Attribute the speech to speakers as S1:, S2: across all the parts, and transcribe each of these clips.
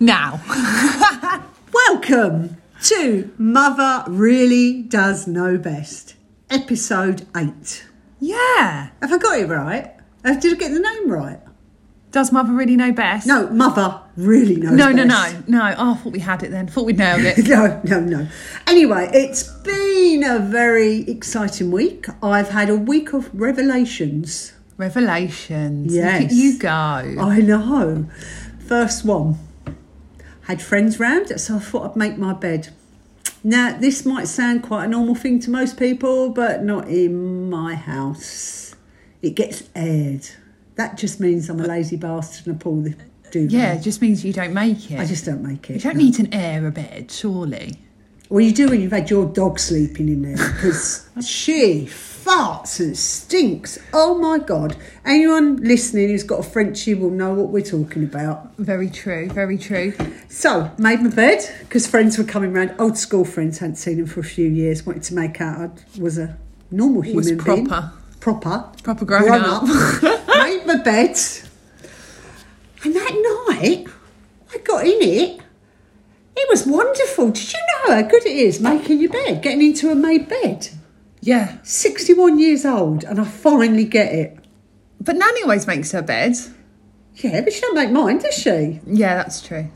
S1: Now,
S2: Welcome to Mother Really Does Know Best, episode 8.
S1: yeah,
S2: Have I got it right? Uh, Did I get the name right?
S1: does mother really know best?
S2: No, Mother Really Knows
S1: no, no,
S2: Best.
S1: no, no. Oh, I thought we had it then. Thought we'd nailed it.
S2: No, no, no. Anyway, it's been a very exciting week. I've had a week of revelations.
S1: Revelations. Look
S2: Yes.
S1: at you go.
S2: I know. First one. Had friends round, so I thought I'd make my bed. Now, this might sound quite a normal thing to most people, but not in my house. It gets aired. That just means I'm a lazy bastard and I pull the duvet.
S1: Yeah, it just means you don't make it.
S2: I just don't make it.
S1: you don't
S2: no.
S1: need an air a bed, surely.
S2: Well, you do when you've had your dog sleeping in there because she farts and stinks. Oh my God. Anyone listening who's got a Frenchie will know what we're talking about.
S1: Very true. Very true.
S2: So, made my bed because friends were coming round, old school friends, hadn't seen them for a few years, wanted to make out I was a normal human
S1: Was
S2: being.
S1: proper.
S2: Proper.
S1: Proper grown up.
S2: made my bed. And that night, I got in it. It was wonderful. Did you know how good it is making your bed, getting into a made bed?
S1: Yeah,
S2: 61 years old, and I finally get it.
S1: but Nanny always makes her bed.
S2: Yeah, but she don't make mine, does she? And
S1: Yeah, that's true.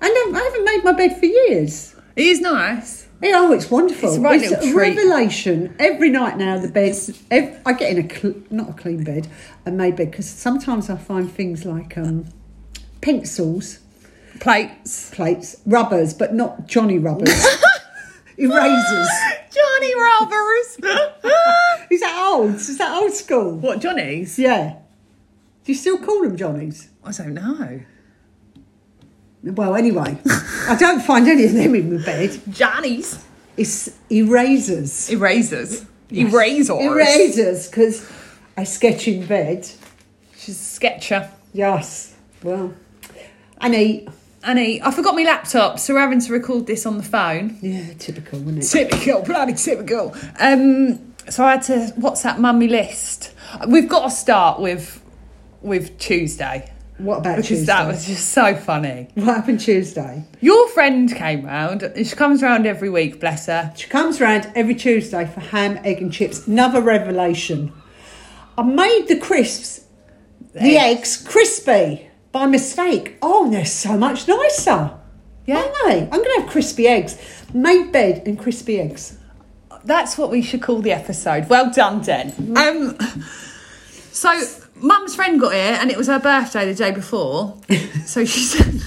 S2: I I haven't made my bed for years.
S1: It is nice.
S2: Yeah, Oh, it's wonderful.
S1: It's a right little
S2: a
S1: treat.
S2: revelation. Every night now, the bed, ev I get in a, cl- not a clean bed, a made bed, because sometimes I find things like um, pencils,
S1: Plates.
S2: plates, rubbers, but not Johnny rubbers, erasers.
S1: Johnny Robbers.
S2: Is that old? Is that old school?
S1: what, Johnny's?
S2: Yeah. Do you still call them Johnnies?
S1: I don't know.
S2: Well, anyway, I don't find any of them in my bed.
S1: Johnny's.
S2: It's erasers.
S1: Erasers. Erasers.
S2: Erasers, because I sketch in bed.
S1: She's a sketcher.
S2: Yes. Well, and eat.
S1: Annie, I forgot my laptop, so we're having to record this on the phone.
S2: Yeah, typical, wouldn't it?
S1: Typical, bloody typical. Um, so I had to WhatsApp mummy list. We've got to start with with Tuesday,
S2: What about
S1: because
S2: Tuesday?
S1: that was just so funny.
S2: What happened Tuesday?
S1: Your friend came round. and She comes round every week, bless her.
S2: She comes round every Tuesday for ham, egg, and chips. Another revelation. I made the crisps, the eggs, crispy by mistake. Oh, and they're so much nicer.
S1: Yeah.
S2: Aren't they? I'm going to have crispy eggs. Made bed and crispy eggs.
S1: That's what we should call the episode. Well done, Den. Um, so Mum's friend got here, and it was her birthday the day before. so she said,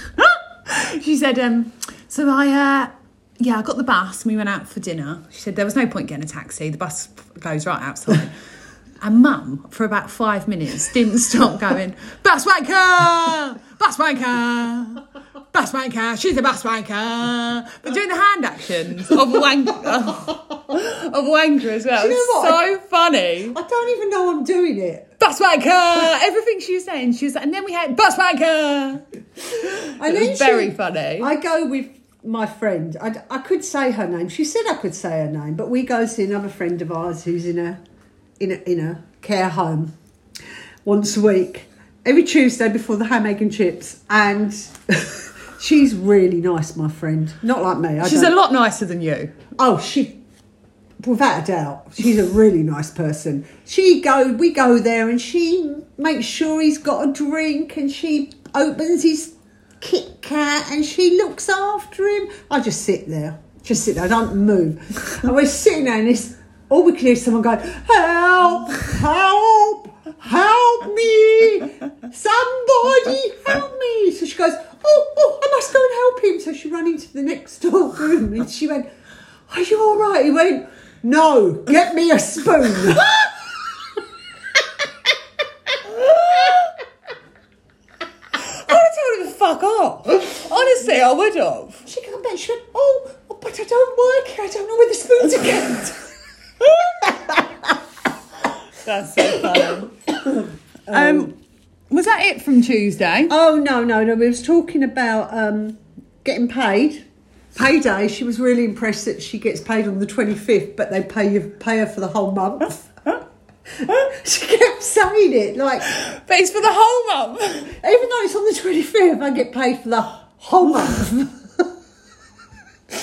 S1: she said, um, so I, uh, yeah, I got the bus and we went out for dinner. She said there was no point getting a taxi. The bus goes right outside. And mum, for about five minutes, didn't stop going, bus wanker, bus wanker, bus wanker, she's a bus wanker. But doing the hand actions of a wanker, of a wanker as well.
S2: Do you know
S1: It's
S2: what?
S1: so funny.
S2: I don't even know I'm doing it.
S1: Bus wanker! Everything she was saying, she was like, and then we had bus wanker!
S2: And
S1: It
S2: then
S1: was very funny.
S2: I go with my friend. I, I could say her name. She said I could say her name, but we go see another friend of ours who's in a in a in a care home once a week, every Tuesday before the ham egg and chips, and she's really nice, my friend. Not like me. I
S1: She's
S2: don't-
S1: a lot nicer than you.
S2: Oh, she, without a doubt, she's a really nice person. She go, we go there, and she makes sure he's got a drink, and she opens his Kit Kat, and she looks after him. I just sit there, just sit there, I don't move. and we're sitting there, and this, all we can hear is someone going, "Help! Help! Help me! Somebody help me!" So she goes. Oh, oh, I must go and help him. So she ran into the next door room and she went, are you all right? He went, no, get me a spoon.
S1: I would have told her to fuck off. Honestly, I would have.
S2: she came back, she went, oh, but I don't work here. I don't know where the spoons are kept.
S1: That's so funny. um, was that it from Tuesday?
S2: oh, no, no, no. We was talking about um, getting paid. Payday, she was really impressed that she gets paid on the 25th, but they pay, you, pay her for the whole month. she kept saying it, like,
S1: But it's for the whole month.
S2: even though it's on the 25th, I get paid for the Whole month.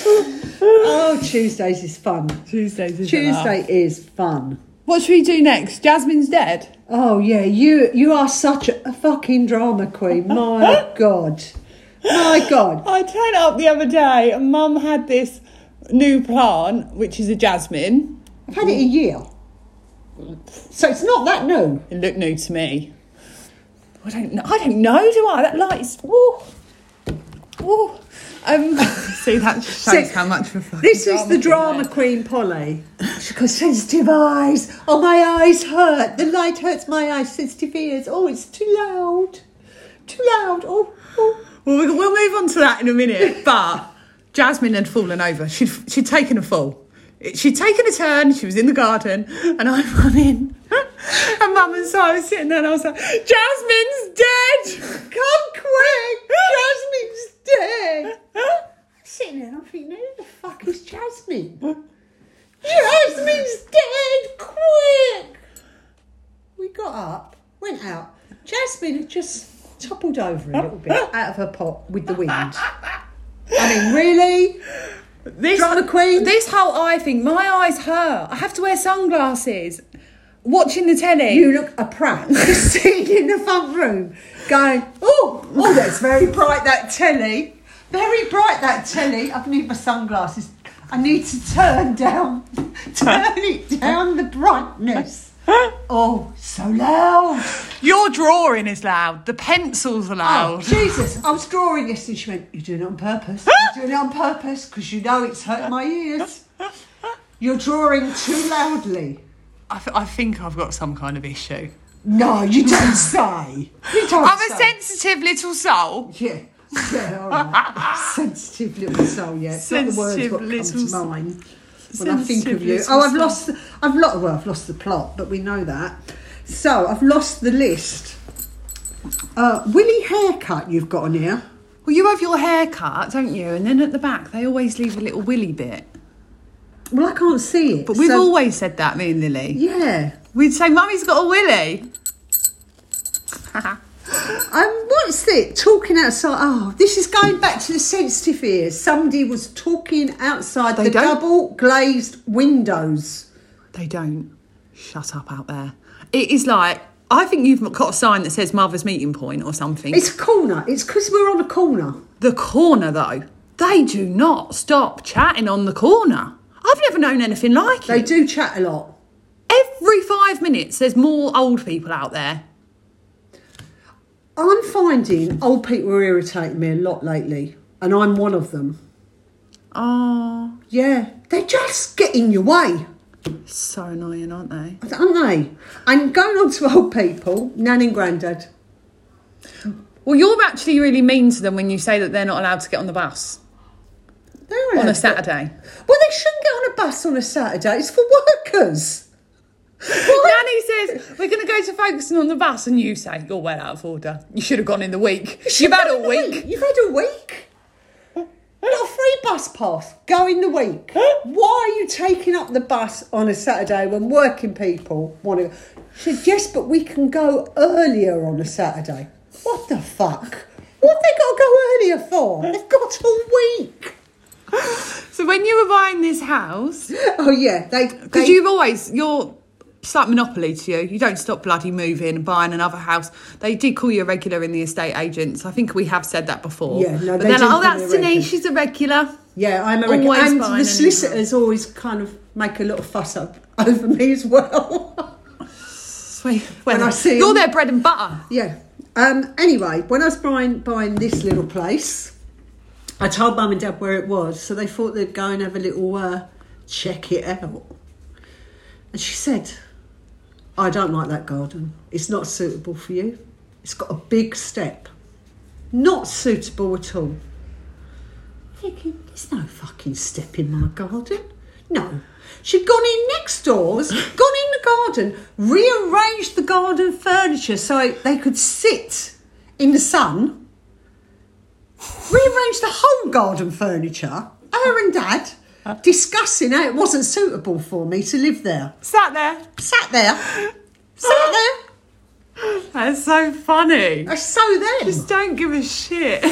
S2: oh, Tuesdays is fun.
S1: Tuesdays is
S2: Tuesday is fun.
S1: What should we do next? Jasmine's dead.
S2: Oh yeah, you you are such a fucking drama queen. My god. My god.
S1: I turned up the other day and mum had this new plant, which is a jasmine.
S2: I've had it a year. So it's not that new.
S1: It looked new to me. I don't know. I don't know, do I? That light's. Woo! Woo! Um, See, that shows
S2: So-
S1: how much of a fucking
S2: This is the
S1: we
S2: drama
S1: make.
S2: queen, Polly. She goes, sensitive eyes. Oh, my eyes hurt. The light hurts my eyes. Sensitive ears. Oh, it's too loud. Too loud. Oh, oh.
S1: Well, we- we'll move on to that in a minute. But Jasmine had fallen over. She'd, she'd taken a fall. It- She'd taken a turn. She was in the garden, and I run in. and Mum and Si were sitting there, and I was like, "Jasmine's dead! Come quick! Jasmine's
S2: dead." Sitting there, I'm thinking, who the fuck is Jasmine? Jasmine's dead. Quick. We got up, went out. Jasmine had just toppled over a little bit out of her pot with the wind. I mean, really?
S1: This,
S2: Drama queen.
S1: This whole eye thing. My eyes hurt. I have to wear sunglasses. Watching the telly.
S2: You look a prat sitting in the front room going, oh, oh, that's very bright, that telly. Very bright, that telly. I need my sunglasses. I need to turn down, turn it down the brightness. Oh, so loud.
S1: Your drawing is loud. The pencils are
S2: Oh,
S1: loud.
S2: Jesus. I was drawing this and she went, you're doing it on purpose. You're doing it on purpose because you know it's hurt my ears. You're drawing too loudly.
S1: I, th- I think I've got some kind of issue.
S2: No, you don't say. You don't
S1: I'm a
S2: say.
S1: sensitive little soul.
S2: Yeah, yeah, all right. sensitive little soul. Yeah, it's not the words
S1: Sensitive
S2: what come
S1: little
S2: to
S1: soul.
S2: mind when I think of
S1: Sensitive
S2: you.
S1: little
S2: Oh, I've
S1: soul.
S2: lost. I've lost. Well, I've lost the plot, but we know that. So I've lost the list. Uh, Willie haircut you've got on here.
S1: Well, you have your hair cut, don't you? And then at the back, they always leave a little willy bit.
S2: Well, I can't see it.
S1: But we've
S2: so-
S1: always said that, me and Lily.
S2: yeah.
S1: We'd say, Mummy's got a willy.
S2: Um, what's it? Talking outside. Oh, this is going back to the sensitive ears. Somebody was talking outside
S1: They
S2: the
S1: don't-
S2: double glazed windows.
S1: They don't. Shut up out there. It is like, I think you've got a sign that says Mother's Meeting Point or something.
S2: It's a corner. It's because we're on a corner.
S1: The corner, though, they do not stop chatting on the corner. I've never known anything like
S2: They
S1: it.
S2: do chat a lot.
S1: Every five minutes, there's more old people out there.
S2: I'm finding old people are irritating me a lot lately, and I'm one of them.
S1: Oh,
S2: Yeah, they just get in your way,
S1: so annoying, aren't they?
S2: aren't they? And going on to old people, nan and granddad.
S1: Well, you're actually really mean to them when you say that they're not allowed to get on the bus
S2: They're
S1: on a
S2: allowed-
S1: Saturday.
S2: Well, they shouldn't get on a bus on a Saturday. It's for workers.
S1: Nanny says, We're going to go to Folkestone on the bus, and you say, You're well out of order. You should have gone in the week. You've had a week.
S2: You've had a week. Not a free bus pass. Go in the week. Why are you taking up the bus on a Saturday when working people want to? She said, yes, but we can go earlier on a Saturday. What the fuck? What they got to go earlier for? They've got all week.
S1: So when you were buying this house,
S2: Oh yeah, they.
S1: Because
S2: they-
S1: you've always you're it's like monopoly to you. You don't stop bloody moving and buying another house. They did call you a regular in the estate agents. I think we have said that before.
S2: Yeah, no,
S1: but
S2: they
S1: they're like,
S2: do
S1: oh,
S2: call me
S1: that's
S2: a regular."
S1: Denise. She's a regular.
S2: Yeah, I'm a reg-
S1: Always
S2: and
S1: buying
S2: the
S1: and-
S2: solicitors always kind of make a little fuss up over me as well.
S1: Sweet.
S2: When I see
S1: you're
S2: them-
S1: their bread and butter.
S2: Yeah. Um, anyway, when I was buying buying this little place, I told mum and dad where it was, so they thought they'd go and have a little uh, check it out. And she said, "I don't like that garden. It's not suitable for you. It's got a big step. Not suitable at all." Thinking, there's no fucking step in my garden. No. She'd gone in next doors, gone in the garden, rearranged the garden furniture so they could sit in the sun, rearranged the whole garden furniture, her and dad discussing how it wasn't suitable for me to live there.
S1: Sat there.
S2: Sat there, sat there,
S1: That's so funny.
S2: I so there.
S1: Just don't give a shit.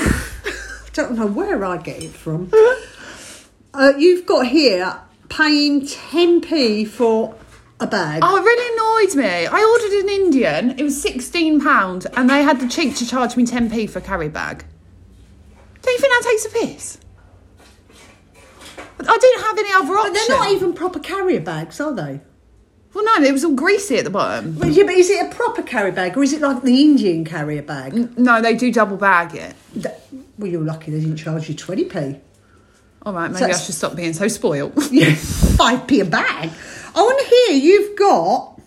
S2: don't know where I get it from. uh, you've got here paying 10p for a bag.
S1: Oh, it really annoyed me. I ordered an Indian. It was sixteen pound, and they had the cheek to charge me ten p for a carry bag. Don't you think that takes a piss? I didn't have any other option.
S2: But Oh, they're not even proper carrier bags, are they?
S1: well, no, it was all greasy at the bottom.
S2: Well, yeah, but is it a proper carrier bag or is it like the Indian carrier bag?
S1: No, they do double bag it.
S2: Th- Well, you're lucky they didn't charge you 20p.
S1: All right, maybe
S2: So
S1: I
S2: it's-
S1: should stop being so spoiled.
S2: Yeah, 5p a bag. On here, you've got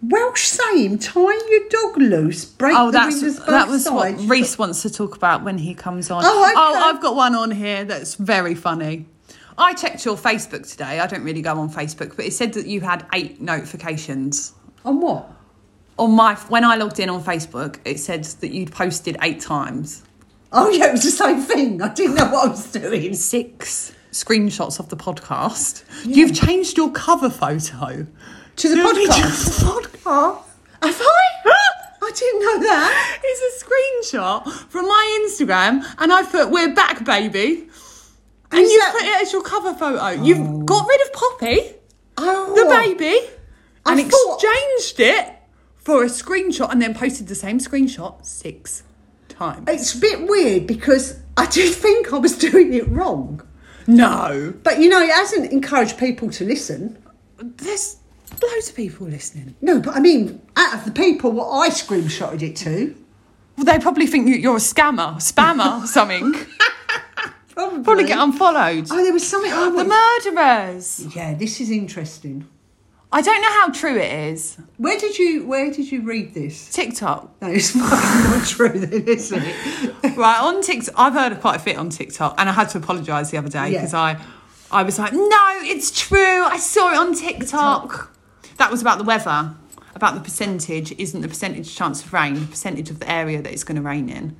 S2: Welsh saying, tying your dog loose, break
S1: Oh,
S2: the
S1: that's
S2: windows both
S1: that was
S2: sides.
S1: what Reese wants to talk about when he comes on.
S2: Oh, okay.
S1: oh, I've got one on here that's very funny. I checked your Facebook today. I don't really go on Facebook, but it said that you had eight notifications
S2: On what?
S1: on my when I logged in on Facebook. It said that you'd posted eight times,
S2: Oh, yeah, it was the same thing. I didn't know what I was doing.
S1: six screenshots of the podcast. You've changed your cover photo
S2: To the
S1: be
S2: podcast?
S1: the podcast.
S2: Have I? I didn't know that.
S1: It's a screenshot from my Instagram, and I put "We're back, baby," and
S2: Is
S1: you
S2: that-
S1: put it as your cover photo. You've got rid of Poppy,
S2: Oh,
S1: the baby,
S2: I
S1: and
S2: thought-
S1: exchanged it for a screenshot, and then posted the same screenshot six times.
S2: It's a bit weird because I did think I was doing it wrong.
S1: No,
S2: But you know, it hasn't encouraged people to listen.
S1: there's loads of people listening.
S2: No, but I mean, out of the people what I screenshotted it to,
S1: Well, they probably think you- you're a scammer, spammer, something.
S2: probably.
S1: Probably get unfollowed.
S2: oh, there was something
S1: The
S2: I wanted.
S1: murderers.
S2: yeah, this is interesting.
S1: I don't know how true it is.
S2: Where did you Where did you read this?
S1: TikTok.
S2: That is fucking not true, then, is it?
S1: Right on TikTok, I've heard quite a bit on TikTok, and I had to apologise the other day
S2: Yeah.
S1: because I, I was like, no, it's true. I saw it on TikTok. That was about the weather, about the percentage. Isn't the percentage chance of rain the percentage of the area that it's going to rain in?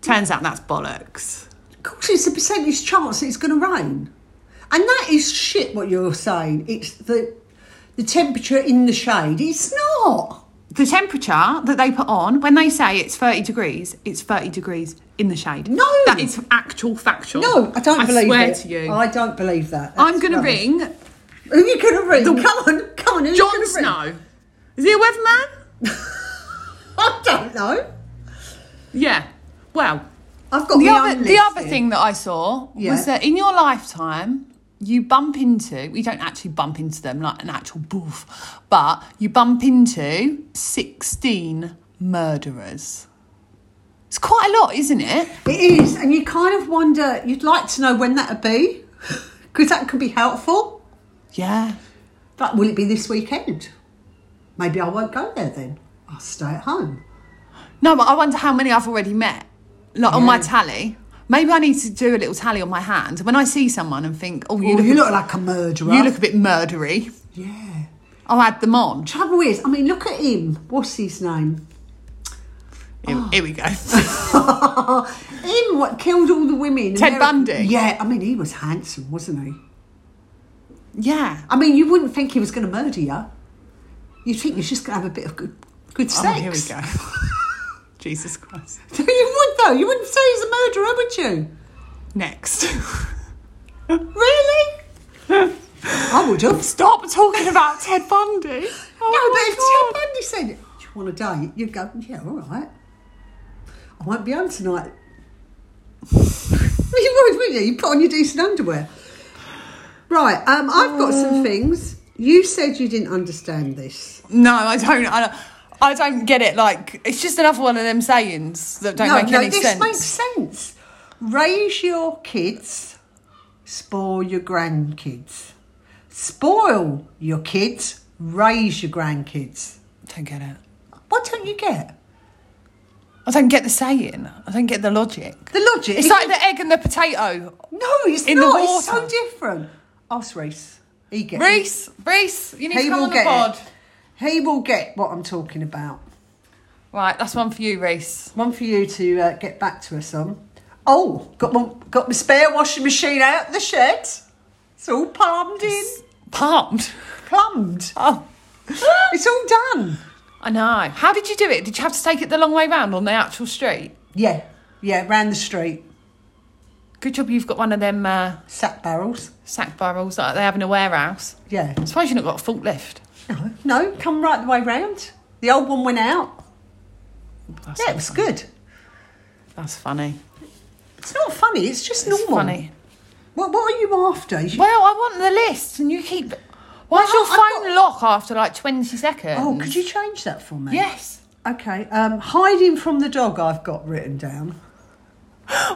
S1: Turns out that's bollocks.
S2: Of course, it's a percentage chance that it's going to rain, and that is shit. What you're saying, it's the the temperature in the shade. It's not.
S1: The temperature that they put on when they say it's thirty degrees, it's thirty degrees in the shade.
S2: No.
S1: that is actual factual.
S2: No, I don't believe
S1: swear
S2: it.
S1: to you,
S2: I don't believe that.
S1: I'm
S2: That's
S1: going to
S2: rubbish.
S1: ring
S2: Who are you going to ring? come on, come on. Who are you
S1: John
S2: gonna ring?
S1: Snow. Is he a weatherman?
S2: I don't know.
S1: Yeah. Well,
S2: I've got
S1: the
S2: my
S1: other
S2: own
S1: the
S2: list
S1: other
S2: here.
S1: thing that I saw
S2: Yeah.
S1: was that in your lifetime you bump into we don't actually bump into them like an actual boof, but you bump into sixteen murderers. It's quite a lot, isn't it?
S2: It is, and you kind of wonder. You'd like to know when that'd be, because that could be helpful.
S1: Yeah.
S2: But will it be this weekend? Maybe I won't go there then. I'll stay at home.
S1: No, but I wonder how many I've already met. Like on my tally. Maybe I need to do a little tally on my hand. When I see someone and think, oh, you,
S2: Well,
S1: look,
S2: you look like a murderer.
S1: you look a bit murdery,
S2: yeah.
S1: I'll add them on.
S2: Trouble is, I mean, look at him. What's his name?
S1: Here, here we go.
S2: him what killed all the women.
S1: Ted
S2: Ameri-
S1: Bundy?
S2: Yeah, I mean, he was handsome, wasn't he?
S1: yeah.
S2: I mean, you wouldn't think he was going to murder you. You'd think he's just going to have a bit of good, good
S1: Oh,
S2: sex.
S1: here we go. Jesus Christ.
S2: you would though. You wouldn't say he's a murderer, would you?
S1: Next.
S2: Really? I would have.
S1: Stop talking about Ted Bundy.
S2: no,
S1: Oh
S2: but if Ted Bundy said, "Do you want a date?" You'd go, "Yeah, all right. I won't be home tonight." Well, you would, wouldn't you? You put on your decent underwear. Right. Um, I've got
S1: Oh.
S2: some things. You said you didn't understand this.
S1: my God. No, I don't. I don't. I don't get it. Like it's just another one of them sayings that don't
S2: no,
S1: make
S2: no,
S1: any
S2: this
S1: sense.
S2: makes sense. Raise your kids, spoil your grandkids. Spoil your kids, raise your grandkids.
S1: Don't get it.
S2: What don't you get?
S1: I don't get the saying. I don't get the logic.
S2: The logic.
S1: It's like the egg and the potato.
S2: No, it's
S1: in the
S2: not. It's so
S1: water.
S2: different. Ask Reese. He gets. it.
S1: Reese, Reese, you need
S2: He
S1: to come
S2: will
S1: on the
S2: get.
S1: pod.
S2: It. He will get what I'm talking about.
S1: Right, that's one for you, Reese.
S2: One for you to uh, get back to us on. Oh, got my got my spare washing machine out of the shed. It's all palmed in,
S1: Palmed.
S2: plumbed.
S1: Oh,
S2: It's all done.
S1: I know. How did you do it? Did you have to take it the long way round on the actual street?
S2: Yeah, yeah, round the street.
S1: Good job you've got one of them uh,
S2: Sack barrels.
S1: sack barrels that they have in a warehouse.
S2: Yeah.
S1: I suppose you've not got a forklift.
S2: No, no, come right the way round. The old one went out.
S1: That's
S2: Yeah, it was good.
S1: That's funny.
S2: It's not funny, it's just
S1: It's
S2: normal.
S1: funny.
S2: What, what are you after? You-
S1: Well, I want the list, and you keep. Why's
S2: Well,
S1: your
S2: I've got-
S1: phone lock after like twenty seconds?
S2: oh, could you change that for me?
S1: Yes.
S2: Okay. Um, hiding from the dog, I've got written down.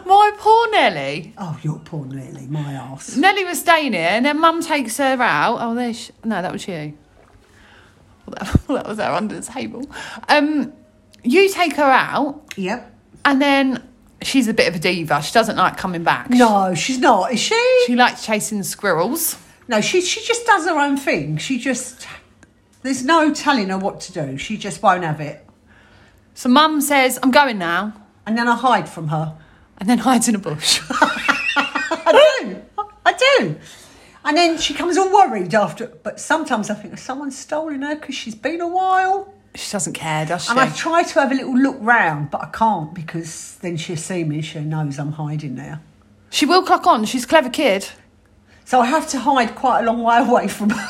S1: My poor Nelly.
S2: Oh, you're poor Nelly, my ass.
S1: Nelly was staying here, and then Mum takes her out. Oh, there. She, no, that was you. Well, that, well, that was her under the table. Um, you take her out,
S2: Yep.
S1: and then she's a bit of a diva. She doesn't like coming back.
S2: No, she's not, is she?
S1: She likes chasing squirrels.
S2: No, she she just does her own thing. She just there's no telling her what to do. She just won't have it.
S1: So Mum says, "I'm going now,"
S2: And then I hide from her.
S1: and then hides in a bush.
S2: I do. I do. And then she comes all worried after. But sometimes I think someone's stolen her because she's been a while.
S1: she doesn't care, does she?
S2: And I try to have a little look round, but I can't because then she'll see me. She knows I'm hiding there.
S1: She will clock on. She's a clever kid.
S2: So I have to hide quite a long way away from her.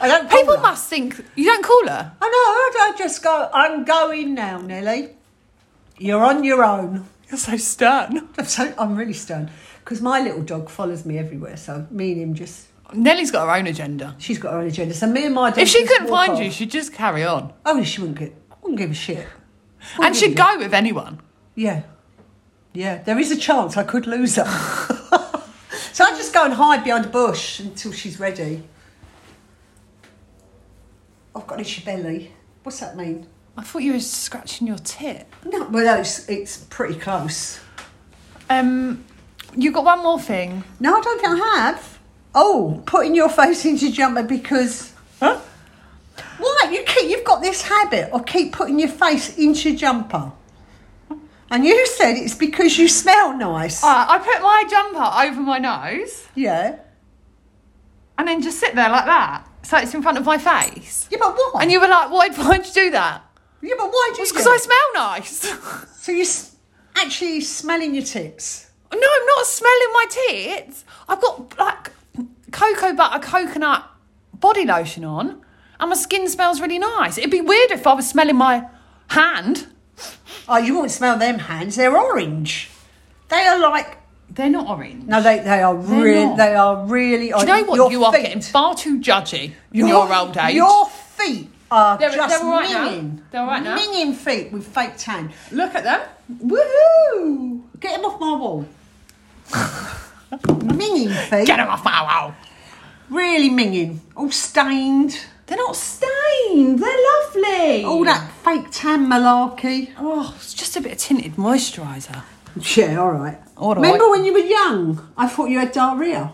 S2: I don't. call
S1: People
S2: her.
S1: must think you don't call her.
S2: I know. I don't just go. I'm going now, Nelly. You're on your own.
S1: You're so stern.
S2: I'm, so, I'm really stern because my little dog follows me everywhere. So me and him just.
S1: Nellie's got her own agenda.
S2: She's got her own agenda. So me and my dog.
S1: If she
S2: just
S1: couldn't
S2: walk
S1: find
S2: off.
S1: you, she'd just carry on.
S2: oh, she wouldn't get. Wouldn't give a shit.
S1: and
S2: Wouldn't give
S1: she'd
S2: a shit.
S1: go with anyone.
S2: Yeah, yeah. There is a chance I could lose her. so I just go and hide behind a bush until she's ready. I've got an itchy belly. What's that mean?
S1: I thought you were scratching your tip.
S2: No, well, it's, it's pretty close.
S1: Um, you got one more thing.
S2: No, I don't think I have. Oh, putting your face into jumper because.
S1: Huh?
S2: Why you keep you've got this habit of keep putting your face into jumper, and you said it's because you smell nice.
S1: Uh, I put my jumper over my nose
S2: yeah,
S1: and then just sit there like that. So it's in front of my face.
S2: yeah, but why?
S1: And you were like, why, why'd you do that?
S2: yeah, but why do you?
S1: It's because
S2: do
S1: I
S2: it?
S1: smell nice.
S2: so you s- actually smelling your tips.
S1: No, I'm not smelling my tits. I've got like cocoa butter coconut body lotion on, and my skin smells really nice. It'd be weird if I was smelling my hand.
S2: Oh, you won't smell them hands. They're orange. They are like
S1: They're not orange.
S2: no, they they are really
S1: not.
S2: they are really.
S1: Do you know what? you are getting far too judgy in your, old age.
S2: Your feet are
S1: They're-
S2: just
S1: they're all right now.
S2: minging.
S1: They're all right now.
S2: Minging feet with fake tan.
S1: Look at them.
S2: Woohoo! Get him off my wall. minging feet.
S1: Get them off my wall.
S2: Really minging. All stained.
S1: They're not stained. They're lovely.
S2: All that fake tan malarkey.
S1: Oh, it's just a bit of tinted moisturiser.
S2: Yeah, all right.
S1: All right.
S2: Remember when you were young? I thought you had diarrhea.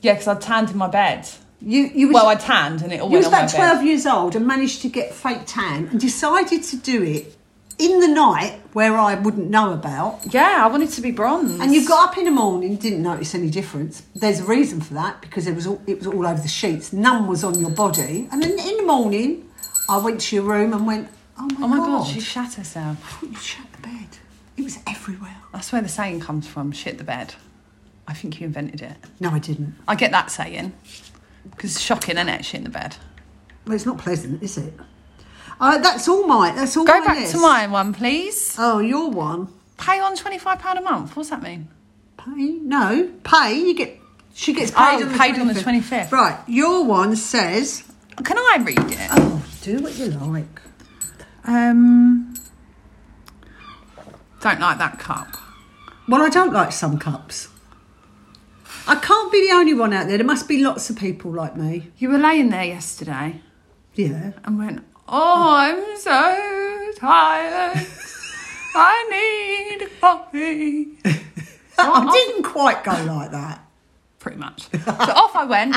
S1: Yeah, because I tanned in my bed.
S2: You, you was,
S1: Well, I tanned and it all
S2: you
S1: went
S2: was
S1: on my
S2: about
S1: bed.
S2: 12 years old and managed to get fake tan and decided to do it in the night where I wouldn't know about.
S1: Yeah, I wanted to be bronze.
S2: And you got up in the morning, didn't notice any difference. There's a reason for that because it was all, it was all over the sheets. None was on your body. And then in the morning, I went to your room and went, "Oh my,
S1: Oh my
S2: god,
S1: god, she shat herself.
S2: you shut the bed. It was everywhere."
S1: That's where the saying comes from shit the bed. I think you invented it.
S2: No, I didn't.
S1: I get that saying. Because it's shocking, isn't it? Shit in the bed.
S2: Well, it's not pleasant, is it? Uh, that's all my. That's all.
S1: Go
S2: my
S1: back
S2: list.
S1: to my one, please.
S2: Oh, your one.
S1: Pay on £25 a month. What's that mean?
S2: Pay? No, pay. You get. She gets
S1: Oh,
S2: paid, on, the
S1: paid on the
S2: 25th.
S1: 25th.
S2: Right. Your one says,
S1: Can I read it?
S2: "Oh, do what you like."
S1: Um. Don't like that cup.
S2: Well, I don't like some cups. I can't be the only one out there. There must be lots of people like me.
S1: You were laying there yesterday
S2: Yeah.
S1: and went, Oh, I'm so tired. I need a coffee.
S2: I didn't quite go like that.
S1: pretty much. so off I went,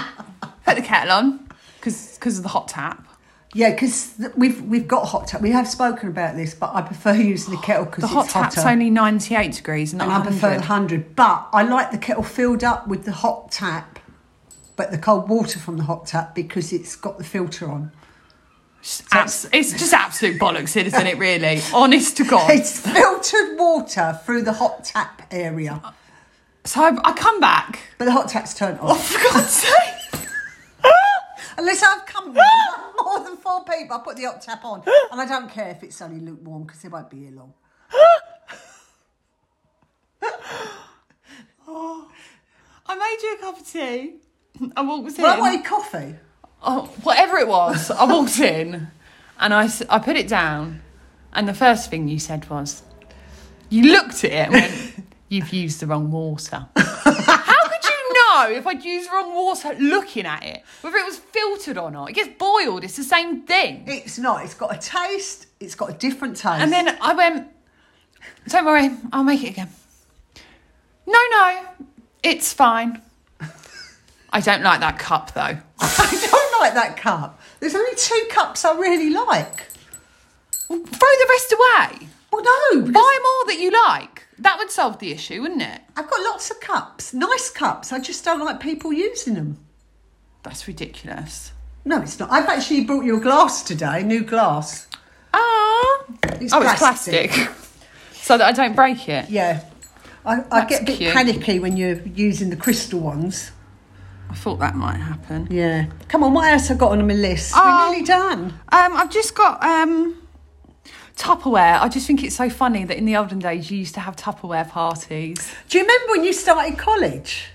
S1: put the kettle on because of the hot tap.
S2: Yeah, because we've we've got hot tap. We have spoken about this, but I prefer using the kettle because
S1: The
S2: it's
S1: hot tap's
S2: hotter.
S1: only 98 degrees, not
S2: and I prefer the
S1: 100.
S2: hundred, but I like the kettle filled up with the hot tap, but the cold water from the hot tap because it's got the filter on.
S1: Abs- it's just absolute bollocks, isn't it? Really, honest to God.
S2: It's filtered water through the hot tap area,
S1: So I, I come back.
S2: but the hot tap's turned off.
S1: For God's sake!
S2: Unless I've come with more than four people, I put the hot tap on, and I don't care if it's only lukewarm because they won't be here long.
S1: I made you a cup of tea. I walked in.
S2: But I wanted coffee.
S1: oh, whatever it was, I walked in, and I s- I put it down, and the first thing you said was, you looked at it and went, "You've used the wrong water." How could you know if I'd used wrong water looking at it, whether it was filtered or not? It gets boiled. It's the same thing.
S2: It's not. It's got a taste. It's got a different taste.
S1: And then I went, don't worry, I'll make it again. No, no, it's fine. I don't like that cup though.
S2: I don't like that cup. There's only two cups I really like.
S1: Throw the rest away.
S2: Well, no, because
S1: Buy more that you like. That would solve the issue, wouldn't it?
S2: I've got lots of cups, nice cups. I just don't like people using them.
S1: That's ridiculous.
S2: No, it's not. I've actually brought you a glass today, new glass.
S1: Ah,
S2: It's
S1: oh,
S2: plastic.
S1: it's plastic, so that I don't break it.
S2: Yeah. I, I
S1: That's
S2: get a bit
S1: cute.
S2: panicky when you're using the crystal ones.
S1: I thought that might happen.
S2: Yeah. Come on, what else I got on my list?
S1: Oh.
S2: We're nearly done.
S1: Um, I've just got um, Tupperware. I just think it's so funny that in the olden days you used to have Tupperware parties.
S2: Do you remember when you started college?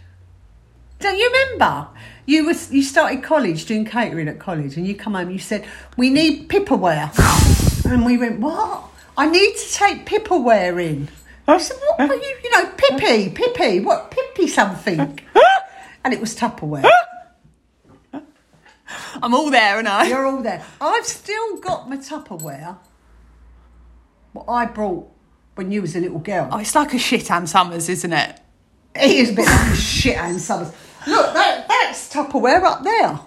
S2: Don't you remember? You was you started college doing catering at college, and you come home. and You said we need pipperware, and we went what? I need to take pipperware in. I said what are you? You know, pippy, pippy, what pippy something? And it was Tupperware.
S1: I'm all there, and I.
S2: You're all there. I've still got my Tupperware. What I brought when you was a little girl.
S1: Oh, it's like a shit Ann Summers, isn't it?
S2: He is a bit like a shit and Summers. Look, that, that's Tupperware up there.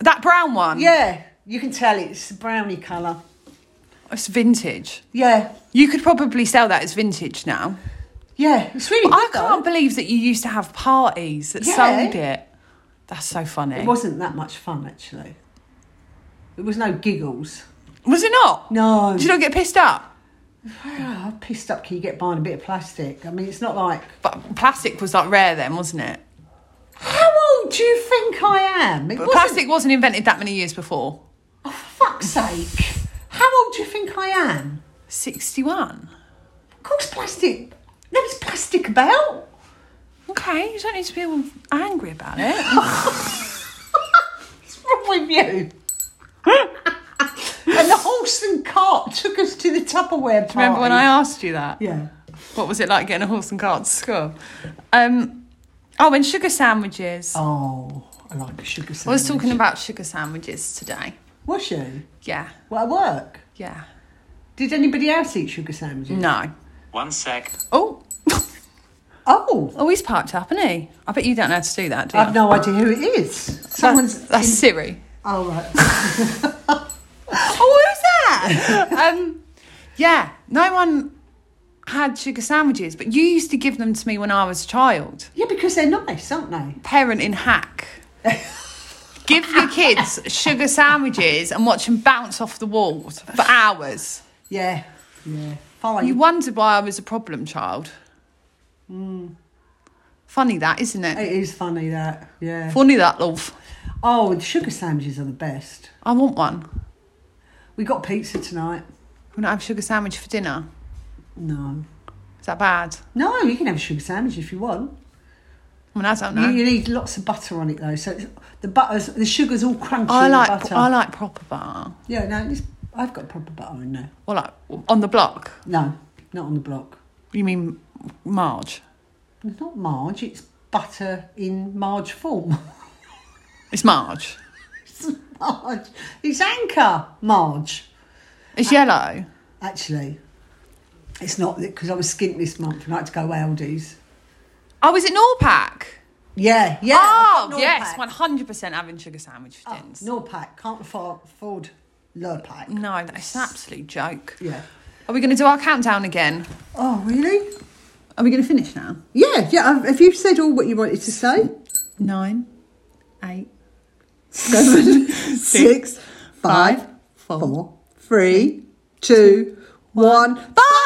S1: That brown one.
S2: Yeah, you can tell it's a brownie colour.
S1: It's vintage.
S2: Yeah,
S1: You could probably sell that as vintage now.
S2: yeah, it's really.
S1: I
S2: good,
S1: can't
S2: though.
S1: believe that you used to have parties that
S2: Yeah.
S1: sold it. That's so funny.
S2: It wasn't that much fun actually. It was no giggles.
S1: Was it not?
S2: No.
S1: Did you not get pissed up?
S2: Ah, pissed up. Can you get by on a bit of plastic? I mean, it's not like.
S1: But plastic was like rare then, wasn't it?
S2: How old do you think I am? It
S1: But
S2: wasn't-
S1: plastic wasn't invented that many years before.
S2: Oh, for fuck's sake! How old do you think I am?
S1: 61.
S2: Of course, plastic. There was plastic about.
S1: Okay, you don't need to be all angry about it.
S2: What's wrong with you? and the horse and cart took us to the Tupperware party.
S1: Remember when I asked you that?
S2: Yeah.
S1: What was it like getting a horse and cart to school? Um, oh, and sugar sandwiches.
S2: Oh, I like a sugar sandwich.
S1: I was talking about sugar sandwiches today.
S2: Was she?
S1: Yeah,
S2: Well, at work.
S1: yeah.
S2: Did anybody else eat sugar sandwiches?
S1: No.
S3: One sec.
S1: Oh,
S2: Oh,
S1: oh, he's parked up, isn't he? I bet you don't know how to do that, do you?
S2: I've no idea who it is. Someone's.
S1: That's, that's Siri.
S2: Oh, right.
S1: Oh, who's that? um, yeah, no one had sugar sandwiches, but you used to give them to me when I was a child.
S2: yeah, because they're nice, aren't they?
S1: Parenting hack. Give your kids sugar sandwiches and watch them bounce off the walls for hours.
S2: Yeah. Yeah. Fine.
S1: You wondered why I was a problem child.
S2: Hmm.
S1: Funny that, isn't it?
S2: it is funny that. Yeah.
S1: Funny that, love.
S2: Oh, the sugar sandwiches are the best.
S1: I want one.
S2: We got pizza tonight.
S1: We're not have sugar sandwich for dinner.
S2: No.
S1: Is that bad?
S2: No, you can have a sugar sandwich if you want.
S1: I mean, I don't know.
S2: You, you need lots of butter on it though, so it's- the butter's the sugar's all crunchy.
S1: I
S2: in the
S1: like
S2: butter.
S1: I like proper butter.
S2: Yeah, no, it's, I've got proper butter in there.
S1: Or like on the block.
S2: No, not on the block.
S1: You mean Marge?
S2: It's not Marge. It's butter in Marge form.
S1: It's Marge.
S2: it's Marge. It's anchor Marge.
S1: It's yellow.
S2: Actually, it's not because I was skint this month and I had to go Aldi's.
S1: Oh, is it Norpac?
S2: Yeah, yeah. I've
S1: Oh
S2: got
S1: yes,
S2: Norpac.
S1: one hundred percent having sugar sandwich for dinners.
S2: Norpac can't afford, afford Lurpac.
S1: No, that's an absolute joke.
S2: Yeah.
S1: Are we going to do our countdown again?
S2: Oh really?
S1: Are we going to finish now?
S2: Yeah, yeah. I've- Have you said all what you wanted to say?
S1: Nine, eight,
S2: Seven, six, five,
S1: Five, four,
S2: four, three, two, one. Bye.